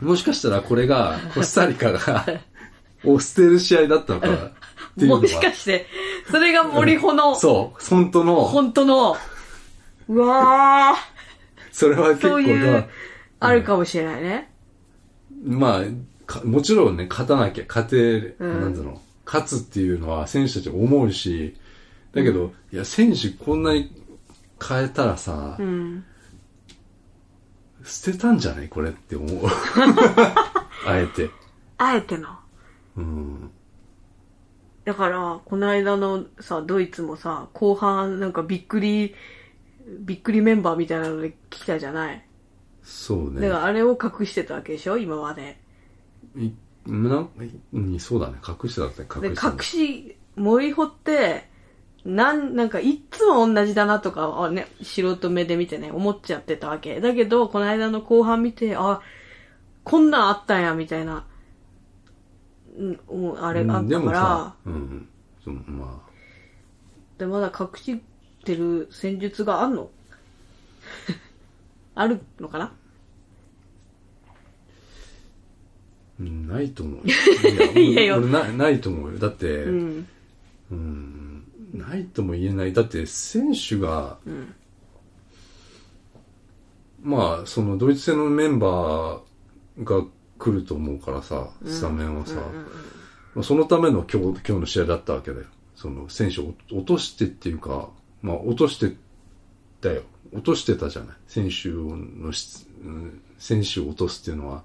Speaker 3: もしかしたらこれが、コスタリ カが、を捨てる試合だったのか、っていうの
Speaker 2: もしか
Speaker 3: が、
Speaker 2: して、それが森穂の、
Speaker 3: そう、本当の、
Speaker 2: 本当の、うわー。
Speaker 3: それは結
Speaker 2: そうい
Speaker 3: 構
Speaker 2: う、あるかもしれないね。
Speaker 3: な、まあか、もちろんね、勝たなきゃ、勝て、
Speaker 2: ん
Speaker 3: なんつうの、勝つっていうのは選手たち思うし、だけど、いや、選手こんなに変えたらさ、
Speaker 2: うん。
Speaker 3: 捨てたんじゃないこれって思 う。あえて。
Speaker 2: あえての。
Speaker 3: うん。
Speaker 2: だから、この間のさ、ドイツもさ、後半なんかびっくり、びっくりメンバーみたいなので来たじゃない。
Speaker 3: そう
Speaker 2: だか
Speaker 3: ね。
Speaker 2: らあれを隠してたわけでしょ今まで。
Speaker 3: いなんうんそうだね。隠してたって
Speaker 2: で、
Speaker 3: 隠してたね
Speaker 2: 隠し、森掘って、なん、なんかいっつも同じだなとかはね、素人目で見てね、思っちゃってたわけ。だけど、この間の後半見て、あ、こんなんあったんや、みたいな、うん、思うあれがあ
Speaker 3: う
Speaker 2: っ
Speaker 3: んで
Speaker 2: たか
Speaker 3: も
Speaker 2: ら
Speaker 3: さ、、うん。そのまあ、
Speaker 2: で、まだ隠してる戦術があんの あるのかな
Speaker 3: うんないと 思う。いや、
Speaker 2: いや
Speaker 3: 俺俺なないと思うよ。だって、
Speaker 2: う
Speaker 3: うん、
Speaker 2: ん。
Speaker 3: ないとも言えない。だって、選手が、
Speaker 2: ん
Speaker 3: まあ、そのドイツ戦のメンバーが来ると思うからさ、スタメンはさ、まあそのための今日今日の試合だったわけだよ。その選手を落としてっていうか、まあ落としてだよ。落としてたじゃない。選手の質、うん選手を落とすっていうのは、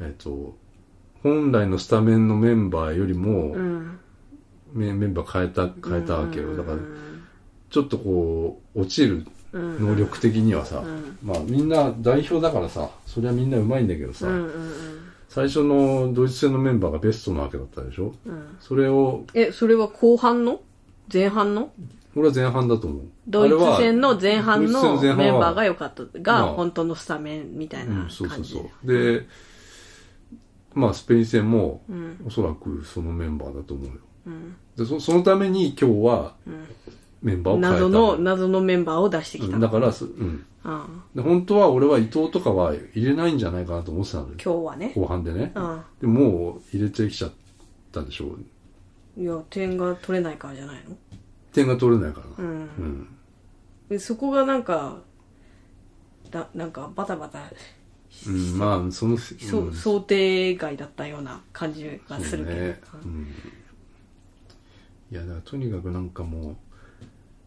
Speaker 3: えっ、と、本来のスタメンのメンバーよりも、
Speaker 2: うん。
Speaker 3: メメンバー変えた、変えたわけよ。だから、ちょっとこう、落ちる能力的にはさ、まあみんな代表だからさ、そりゃみんな上手いんだけどさ、
Speaker 2: うんうん
Speaker 3: 最初のドイツ戦のメンバーがベストなわけだったでしょ、
Speaker 2: うん。うん。
Speaker 3: それを
Speaker 2: え、それは後半の前半の
Speaker 3: 俺は前半だと思う。
Speaker 2: ドイツ戦
Speaker 3: あ
Speaker 2: の
Speaker 3: れは
Speaker 2: 前半
Speaker 3: ドイ
Speaker 2: の
Speaker 3: ツ戦前
Speaker 2: メン
Speaker 3: 半は
Speaker 2: バーが良かった、が
Speaker 3: まあ
Speaker 2: 本当のスタメンみたいな
Speaker 3: う
Speaker 2: 感
Speaker 3: ん、
Speaker 2: じ。
Speaker 3: そうそうそう。で、まあ、スペイン戦も、おそらくそのメンバーだと思うよ。でそそのために今日は、メンバーを変えた
Speaker 2: 謎の、謎のメンバーを出してきた。
Speaker 3: うんだから、すうん。
Speaker 2: うん
Speaker 3: で本当は俺は伊藤とかは入れないんじゃないかなと思ってたのよ。
Speaker 2: 今日はね。
Speaker 3: 後半でね。
Speaker 2: うん
Speaker 3: でもう入れてきちゃったでしょう。
Speaker 2: いや、点が取れないからじゃないの
Speaker 3: 点が取れないからな。
Speaker 2: ん
Speaker 3: うん
Speaker 2: でそこがなんか、だなんかバタバタ、
Speaker 3: うん、まあ、その、
Speaker 2: そ
Speaker 3: うん
Speaker 2: 想定外だったような感じがするけど。
Speaker 3: そうねうん、いや、だからとにかくなんかもう、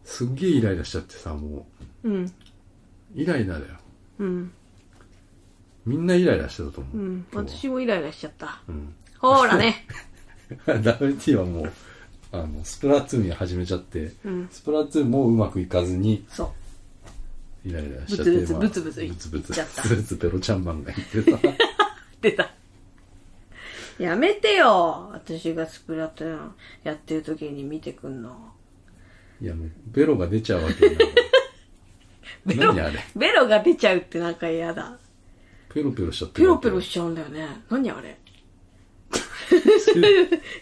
Speaker 3: すっげえイライラしちゃってさ、も
Speaker 2: うん。
Speaker 3: う、イライラだよ。
Speaker 2: うん。
Speaker 3: みんなイライラしてたと思う。
Speaker 2: うん。
Speaker 3: 今日
Speaker 2: 私もイライラしちゃった。
Speaker 3: ん
Speaker 2: ほーらね。
Speaker 3: は WT はもう、あの、スプラトゥーン始めちゃって、スプラトゥーンもうまくいかずに、
Speaker 2: そう。
Speaker 3: イライラしちゃっ
Speaker 2: ブ
Speaker 3: て。
Speaker 2: ツブツ
Speaker 3: まあ
Speaker 2: ブツブツ言
Speaker 3: ブ
Speaker 2: っ
Speaker 3: ツブツ、
Speaker 2: ちゃった
Speaker 3: ブツブツペロちゃんマンが 言ってた。
Speaker 2: 出た。やめてよ私がスプラトゥーンやってる時に見てくんの。
Speaker 3: いや、もう、ベロが出ちゃうわけよ。
Speaker 2: ベロ
Speaker 3: 何あれ。
Speaker 2: ベロが出ちゃうってなんか嫌だ。
Speaker 3: ペロペロしちゃって
Speaker 2: ペ
Speaker 3: る
Speaker 2: ロ
Speaker 3: わけ
Speaker 2: ペ
Speaker 3: よ
Speaker 2: ロしちゃうんだよね。何あ れ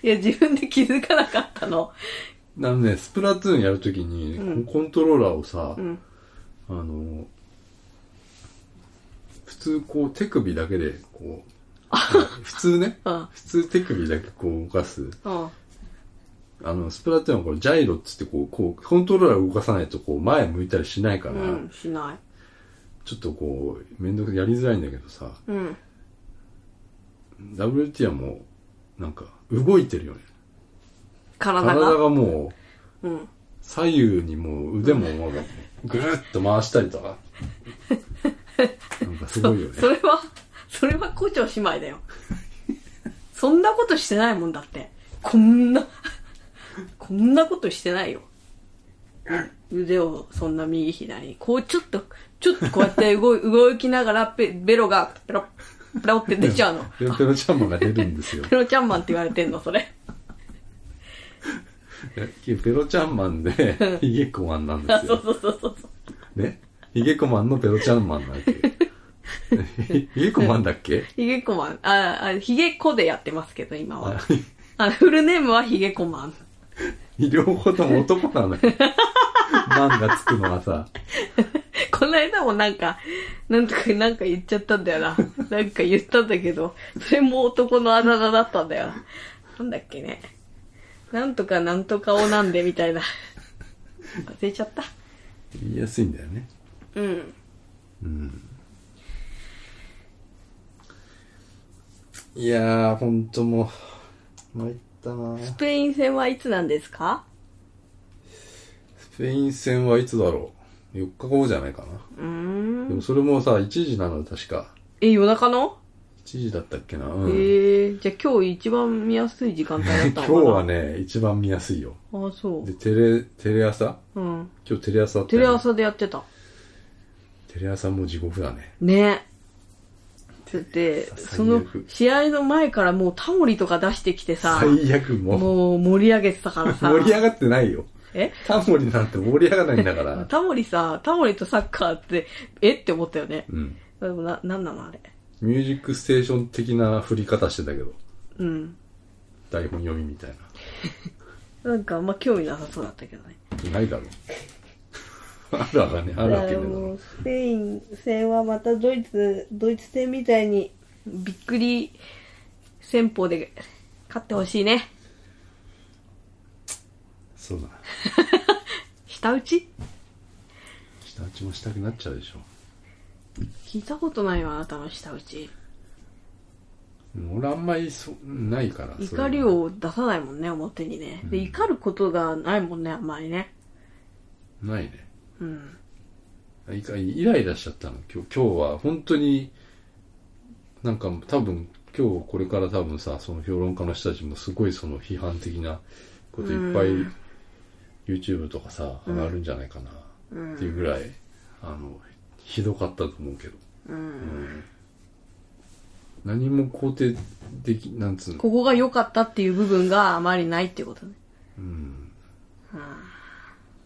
Speaker 2: いや、自分で気づかなかったの。
Speaker 3: あのね、スプラトゥーンやるときに、コントローラーをさ、
Speaker 2: ん
Speaker 3: あの、普通こう手首だけで、こ う、普通ね、
Speaker 2: うん
Speaker 3: 普通手首だけこう動かす。
Speaker 2: うん。
Speaker 3: あの、スプラトゥーンはこうジャイロっつってこう、こう、コントローラーを動かさないとこう前向いたりしないから、
Speaker 2: うん、しな
Speaker 3: ちょっとこう、めんどくやりづらいんだけどさ、
Speaker 2: い。うん。
Speaker 3: WT はもう、なんか、動いてるよね。
Speaker 2: 体
Speaker 3: 体
Speaker 2: が。
Speaker 3: がもう、
Speaker 2: うん。
Speaker 3: 左右にもう腕ももうぐるっと回したりとか。なんかすごいよね。
Speaker 2: それは、 それは胡蝶姉妹だ よ。そんなことしてないもんだって。こんな、 こんなことしてないよ。腕をそんな右左に、こうちょっと、ちょっとこうやって動い 動きながらペ、ベロが、ペロ、ペロって出ちゃ うの。
Speaker 3: ペロペロちゃんマンが出るんですよ。
Speaker 2: ペロちゃんマンって言われてんの、それ。
Speaker 3: ペロちゃんマンで、ヒゲコマンなんで
Speaker 2: あ
Speaker 3: す
Speaker 2: そう
Speaker 3: よ。
Speaker 2: そうそうそうそう。
Speaker 3: ね。ヒゲコマンのペロちゃんマンなわけよ。 ヒゲコマンだっけ
Speaker 2: ヒゲコマン、あ、あヒゲコでやってますけど、今は
Speaker 3: あ。
Speaker 2: あフルネームはヒゲコマン。
Speaker 3: 両方とも男なのよ。マンがつくのはさ、
Speaker 2: この間もなんか、なんとか、なんか言っちゃったんだよ な。なんか言ったんだけど、それも男のあだ名だったんだよな。なんだっけね。なんとかなんとかをなんでみた いな。忘れちゃった。
Speaker 3: 言いやすいんだよね。
Speaker 2: うん。
Speaker 3: いやー、ほんともう、参ったな
Speaker 2: スペイン戦はいつなんですか
Speaker 3: スペイン戦はいつだろう ?4 日後じゃないかな。
Speaker 2: うーん。
Speaker 3: でもそれもさ、1時なの確か。
Speaker 2: え、夜中の、
Speaker 3: 1時だったっけな。うん、
Speaker 2: えー、じゃあ今日一番見やすい時間帯だった
Speaker 3: 今
Speaker 2: のかな
Speaker 3: 日は。ね、一番見やすいよ。
Speaker 2: あ、そ
Speaker 3: で、テレ、テレ朝
Speaker 2: う。うん。
Speaker 3: 今日テレ朝だった
Speaker 2: テ
Speaker 3: よ
Speaker 2: レ
Speaker 3: ね
Speaker 2: 朝でやってた。
Speaker 3: テレ朝もう地獄だね。
Speaker 2: ねだって、
Speaker 3: 最悪
Speaker 2: その、試合の前からもうタモリとか出してきてさ、
Speaker 3: 最悪もう。
Speaker 2: もう盛り上げてたからさ。
Speaker 3: 盛り上がってないよ。
Speaker 2: え
Speaker 3: タモリなんて盛り上がらないんだ から。
Speaker 2: タモリさ、タモリとサッカーって、えって思ったよね。
Speaker 3: うん。
Speaker 2: でもな、なんなのあれ。
Speaker 3: ミュージックステーション的な振り方してたけど。
Speaker 2: うん。
Speaker 3: 台本読みみたいな。
Speaker 2: なんかあんま興味なさそうだったけどね。
Speaker 3: ないだろ。 あるわかね、あるわけねえだろ。
Speaker 2: スペイン戦はまたドイツ、ドイツ戦みたいに、びっくり戦法で勝ってほしいね。
Speaker 3: そうだ。
Speaker 2: 下打ち
Speaker 3: 下打ちもしたくなっちゃうでしょ。
Speaker 2: 聞いたことないわ、あなたの下打ち。
Speaker 3: うん俺あんまりそ、ないから。
Speaker 2: 怒
Speaker 3: それは
Speaker 2: りを出さないもんね、表にね。で、怒ることがないもんね、あんまりね。
Speaker 3: ないね。
Speaker 2: うん。
Speaker 3: いかイライラしちゃったの今日今日は本当になんか多分今日これから多分さその評論家の人たちもすごいその批判的なこといっぱい YouTube とかさ上がるんじゃないかなっていうぐらい、あのひどかったと思うけど、うん何も肯定できなんつうの
Speaker 2: ここが良かったっていう部分があまりないってことね。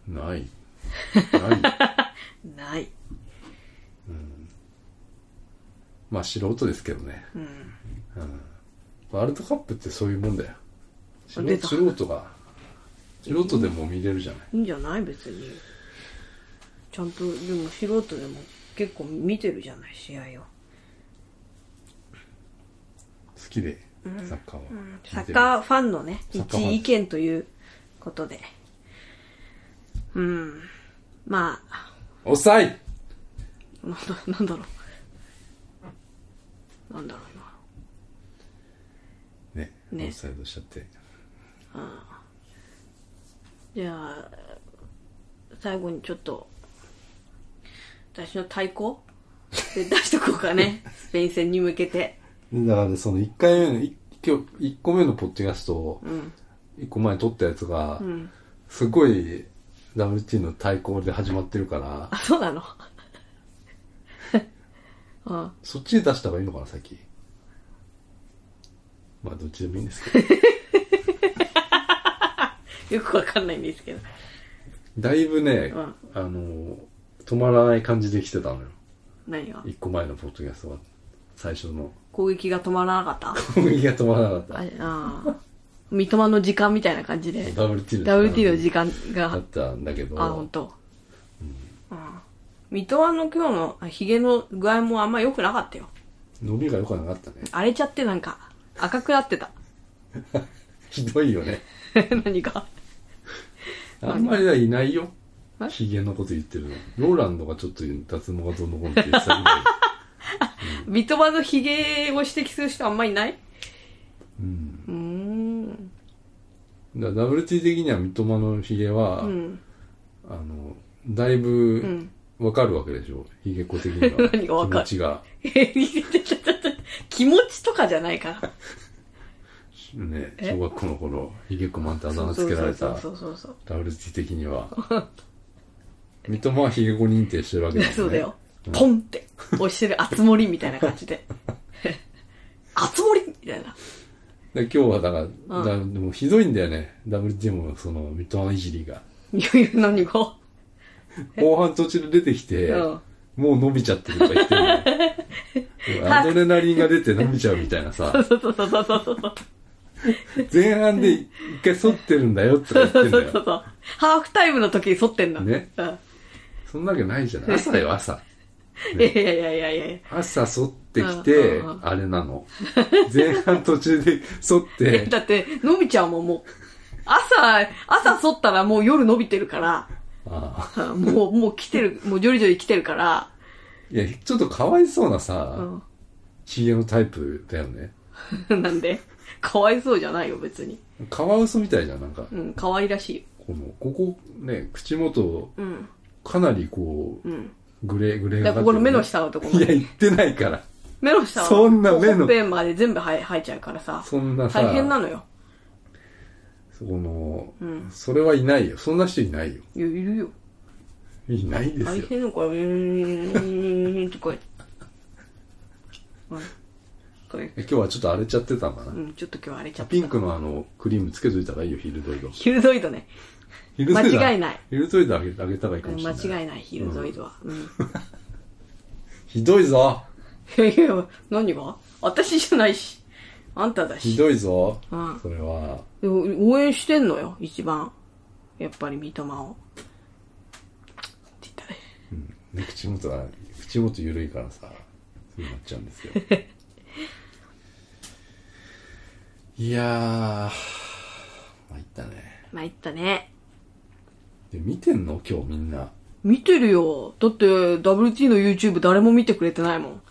Speaker 3: ない。ない。
Speaker 2: ない。
Speaker 3: まあ素人ですけどね。うん。ワールドカップってそういうもんだよ。素
Speaker 2: 出た
Speaker 3: 人素人が、素人でも見れるじゃない。
Speaker 2: いいんじゃない別に。ちゃんと、でも素人でも結構見てるじゃない、試合を。
Speaker 3: 好きで、サッカーは。
Speaker 2: サッカーファンのね、
Speaker 3: サッカーファン
Speaker 2: 一意見ということで。うん。まあ、
Speaker 3: ー。抑え
Speaker 2: なんだ、なんだろう。なんだろう今。
Speaker 3: ね、オ
Speaker 2: ね
Speaker 3: フサイドしちゃって。
Speaker 2: じゃあ、最後にちょっと、私の対抗で出しとこうか ね。スペイン戦に向けて。
Speaker 3: だからその1回目の、い今日、1個目のポッドキャストを、1個前に撮ったやつが、すごい WT の対抗で始まってるから、
Speaker 2: あ、そうなの あ
Speaker 3: そっちで出した方がいいのかな、先。まあ、どっちでもいいんですけど。
Speaker 2: よくわかんないんですけど。
Speaker 3: だいぶね、
Speaker 2: うん
Speaker 3: あの、止まらない感じで来てたのよ。
Speaker 2: 何が
Speaker 3: 1個前のポッドキャストは。最初の。
Speaker 2: 攻撃が止まらなか った
Speaker 3: 攻撃が止まらなか
Speaker 2: あ
Speaker 3: っ
Speaker 2: あー。三笘の時間みたいな感じで
Speaker 3: た。。WT の
Speaker 2: WT の時間
Speaker 3: だ
Speaker 2: が
Speaker 3: っ、たんだけど。
Speaker 2: あ、本当。うん。三笘の今日のあヒゲの具合もあんま良くなかったよ。
Speaker 3: 伸びが良くなかったね。
Speaker 2: 荒れちゃってなんか、赤くなってた。
Speaker 3: ひどい よね。
Speaker 2: 何が
Speaker 3: あんまりはいないよ
Speaker 2: え。
Speaker 3: ヒゲのこと言ってるの。ローランドがちょっと脱毛がどうのこうのって言って たぐらい。
Speaker 2: 三笘のヒゲを指摘する人あんまいない
Speaker 3: うん。
Speaker 2: うーん。
Speaker 3: だから WT 的には三笘のヒゲは、
Speaker 2: うん。
Speaker 3: あの、だいうぶ
Speaker 2: ん。
Speaker 3: わかるわけでしょ。ヒゲ子的に は。
Speaker 2: 何がわかる
Speaker 3: 気持ちが。
Speaker 2: 気持ちとかじゃないから。
Speaker 3: ね、
Speaker 2: え
Speaker 3: 小学校の頃、ヒゲ子マンってあだ名つけられた
Speaker 2: そうそうそうそう。
Speaker 3: WT 的 には。三笘はヒゲ子認定してるわけだもんね。
Speaker 2: そうだよ。ポンって押してる熱盛みたいな感じで。 熱盛みたいな。
Speaker 3: で今日はだから、だでもひどいんだよね。WT もその三笘いじりが。
Speaker 2: いやいや、何が。
Speaker 3: 後半途中で出てきて、
Speaker 2: うん
Speaker 3: もう伸びちゃってるとか言って るのアドレナリンが出て伸びちゃうみたいなさ、
Speaker 2: そうそうそうそうそうそう。
Speaker 3: 前半で一回反ってるんだよとか言って
Speaker 2: そうんそ
Speaker 3: だ
Speaker 2: うそう
Speaker 3: よ。
Speaker 2: そう。ハーフタイムの時に沿ってんの。
Speaker 3: ね
Speaker 2: うん。
Speaker 3: そんなわけないじゃない。朝よ、朝。
Speaker 2: いやいやいやいやいや
Speaker 3: 朝反ってきて
Speaker 2: うんうんう、ん
Speaker 3: あれなの。前半途中で反っ
Speaker 2: え
Speaker 3: て、
Speaker 2: だって、伸びちゃうもん、もう。朝、朝剃ったらもう夜伸びてるから、
Speaker 3: ああ
Speaker 2: うんもう、もう来てる、もうジョリジョリ来てるから、
Speaker 3: いや、ちょっとかわいそうな
Speaker 2: う
Speaker 3: さ、
Speaker 2: ん。
Speaker 3: ヒゲのタイプだよね。
Speaker 2: なんで、かわいそうじゃないよ、別に。
Speaker 3: カワウソみたいじゃん、なんか。
Speaker 2: うん、かわいらしいよ。
Speaker 3: この、ここ、ね、口元、
Speaker 2: うん、
Speaker 3: かなりこう、
Speaker 2: うん。
Speaker 3: グレー、グレー
Speaker 2: だ
Speaker 3: が
Speaker 2: からここの目の
Speaker 3: 下
Speaker 2: 下のところ
Speaker 3: いや、言ってないから。
Speaker 2: 目の下は、
Speaker 3: そんな目の
Speaker 2: ほっぺんまで全部生え生えちゃうからさ、
Speaker 3: そんなさ、
Speaker 2: 大変なのよ。
Speaker 3: そこの、
Speaker 2: うん
Speaker 3: それはいないよ。そんな人いないよ。
Speaker 2: いや、いるよ。
Speaker 3: いないです
Speaker 2: 大
Speaker 3: よ。
Speaker 2: 変のこれ、うーん、とか言って。うん。これ
Speaker 3: 今日はちょっと荒れちゃってたんだな。
Speaker 2: うん、ちょっと今日荒れちゃった。
Speaker 3: ピンクのあの、クリームつけといた方がいいよ、ヒルドイド。
Speaker 2: ヒルゾイドね。
Speaker 3: ヒルドイド
Speaker 2: 間違いない。
Speaker 3: ヒルドイドあげあげた方がいいかもしれない。
Speaker 2: 間違いない、ヒルゾイドは。うん。
Speaker 3: ひどいぞ
Speaker 2: いやいや、何が私じゃないし。あんただ
Speaker 3: ひ
Speaker 2: し。
Speaker 3: どいぞ、
Speaker 2: うん
Speaker 3: それは、
Speaker 2: でも応援してんのよ、一番。やっぱり三笘を。って言ったね。
Speaker 3: ね、口元が、口元緩いからさ、そうなっちゃうんで すよ。いやー、参ったね。
Speaker 2: まあ、言ったね。
Speaker 3: で、見てんの今日みんな。
Speaker 2: 見てるよ。だって、WT の YouTube 誰も見てくれてないもん。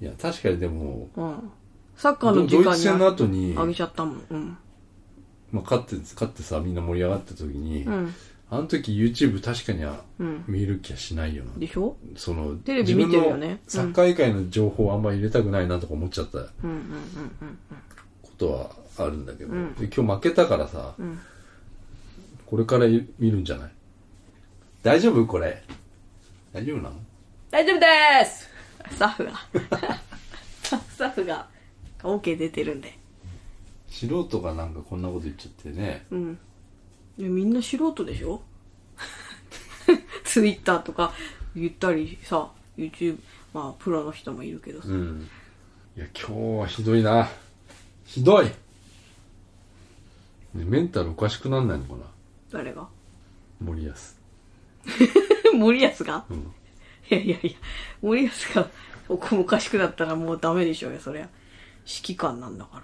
Speaker 3: いや、確かにでも、
Speaker 2: うん。サッカー
Speaker 3: ド
Speaker 2: の時
Speaker 3: ドイ
Speaker 2: 間
Speaker 3: ツ戦の
Speaker 2: に
Speaker 3: 後に、
Speaker 2: あげちゃったもん。うん。
Speaker 3: まあ、勝って、勝ってさ、みんな盛り上がった時に、
Speaker 2: うん。
Speaker 3: あの時 YouTube 確かには
Speaker 2: うん
Speaker 3: 見る気はしないよな。
Speaker 2: でしょ
Speaker 3: その、
Speaker 2: テレビ見てるよね
Speaker 3: 自分のサッカー以外の情報をあんまり入れたくないなとか思っちゃった
Speaker 2: うんうんうんうん。
Speaker 3: ことはあるんだけど、
Speaker 2: うん
Speaker 3: で今日負けたからさ、
Speaker 2: ん
Speaker 3: これから見るんじゃない大丈夫これ。大丈夫なの
Speaker 2: 大丈夫ですスタッフが。 スタッフが OK 出てるんで。
Speaker 3: 素人がなんかこんなこと言っちゃってね。
Speaker 2: うん。いやみんな素人でしょ ツイッターとか言ったりさ、YouTube、まあ、プロの人もいるけどさ。
Speaker 3: うん。いや、今日はひどいな。ひどい、ねメンタルおかしくなんないのかな
Speaker 2: 誰が
Speaker 3: 森保。
Speaker 2: 森保が
Speaker 3: うん。
Speaker 2: いやいやいや、森保がおこおかしくなったらもうダメでしょうよ、そりゃ。指揮官なんだか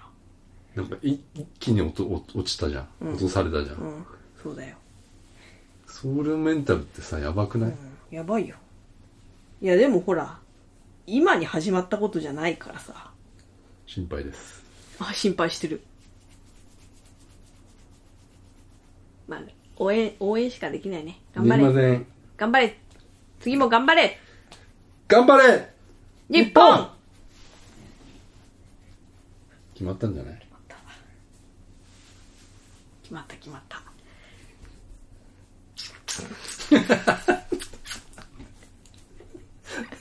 Speaker 2: ら。
Speaker 3: なんか一一気に落と落落ちたじゃん。落とされたじゃん。
Speaker 2: うん、そうだよ。
Speaker 3: それメンタルってさ、やばくない、
Speaker 2: うんやばいよ。いや、でもほら、今に始まったことじゃないからさ。
Speaker 3: 心配です。
Speaker 2: あ、心配してる。まあ、応援、応援しかできないね。頑張
Speaker 3: すいま
Speaker 2: れ。
Speaker 3: せん。
Speaker 2: 頑張れ。次も頑張れ。
Speaker 3: 頑張れ
Speaker 2: 日本
Speaker 3: 決まったんじゃない
Speaker 2: 決まった決まった。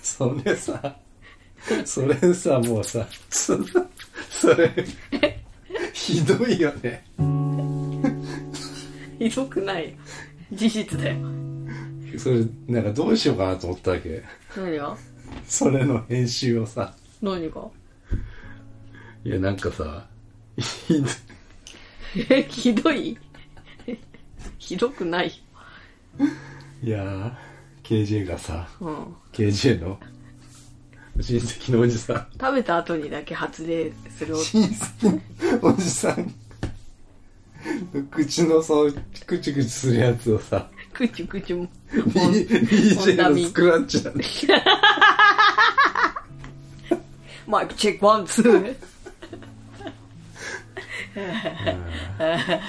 Speaker 3: それさ、それさ、もうさ、そそれ、ひどいよね。
Speaker 2: ひどくないよ。事実だよ。
Speaker 3: それ、なんかどうしようかなと思ったわけ。
Speaker 2: 何が
Speaker 3: それの編集をさ。
Speaker 2: 何が
Speaker 3: いや、なんかさ、ひどい
Speaker 2: え、ひどいひどくない
Speaker 3: いやー、KJ がさ、
Speaker 2: よ。うん。
Speaker 3: KJ の親戚のおじさん、
Speaker 2: 食べた後にだけ発令する音。
Speaker 3: 親戚のおじさんの口のそう、クチクチするやつをさ、
Speaker 2: くちゅくちゅも。
Speaker 3: B- DJ のスクラッチャーで
Speaker 2: マイクチェックワンツー。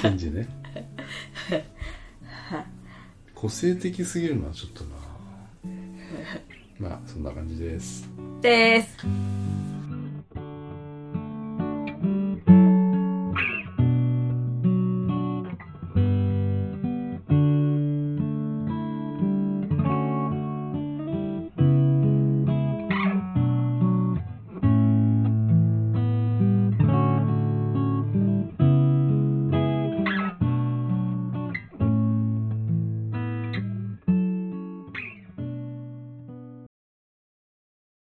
Speaker 3: ケンジ ね。個性的すぎるのはちょっとなまあ、そんな感じです。
Speaker 2: です。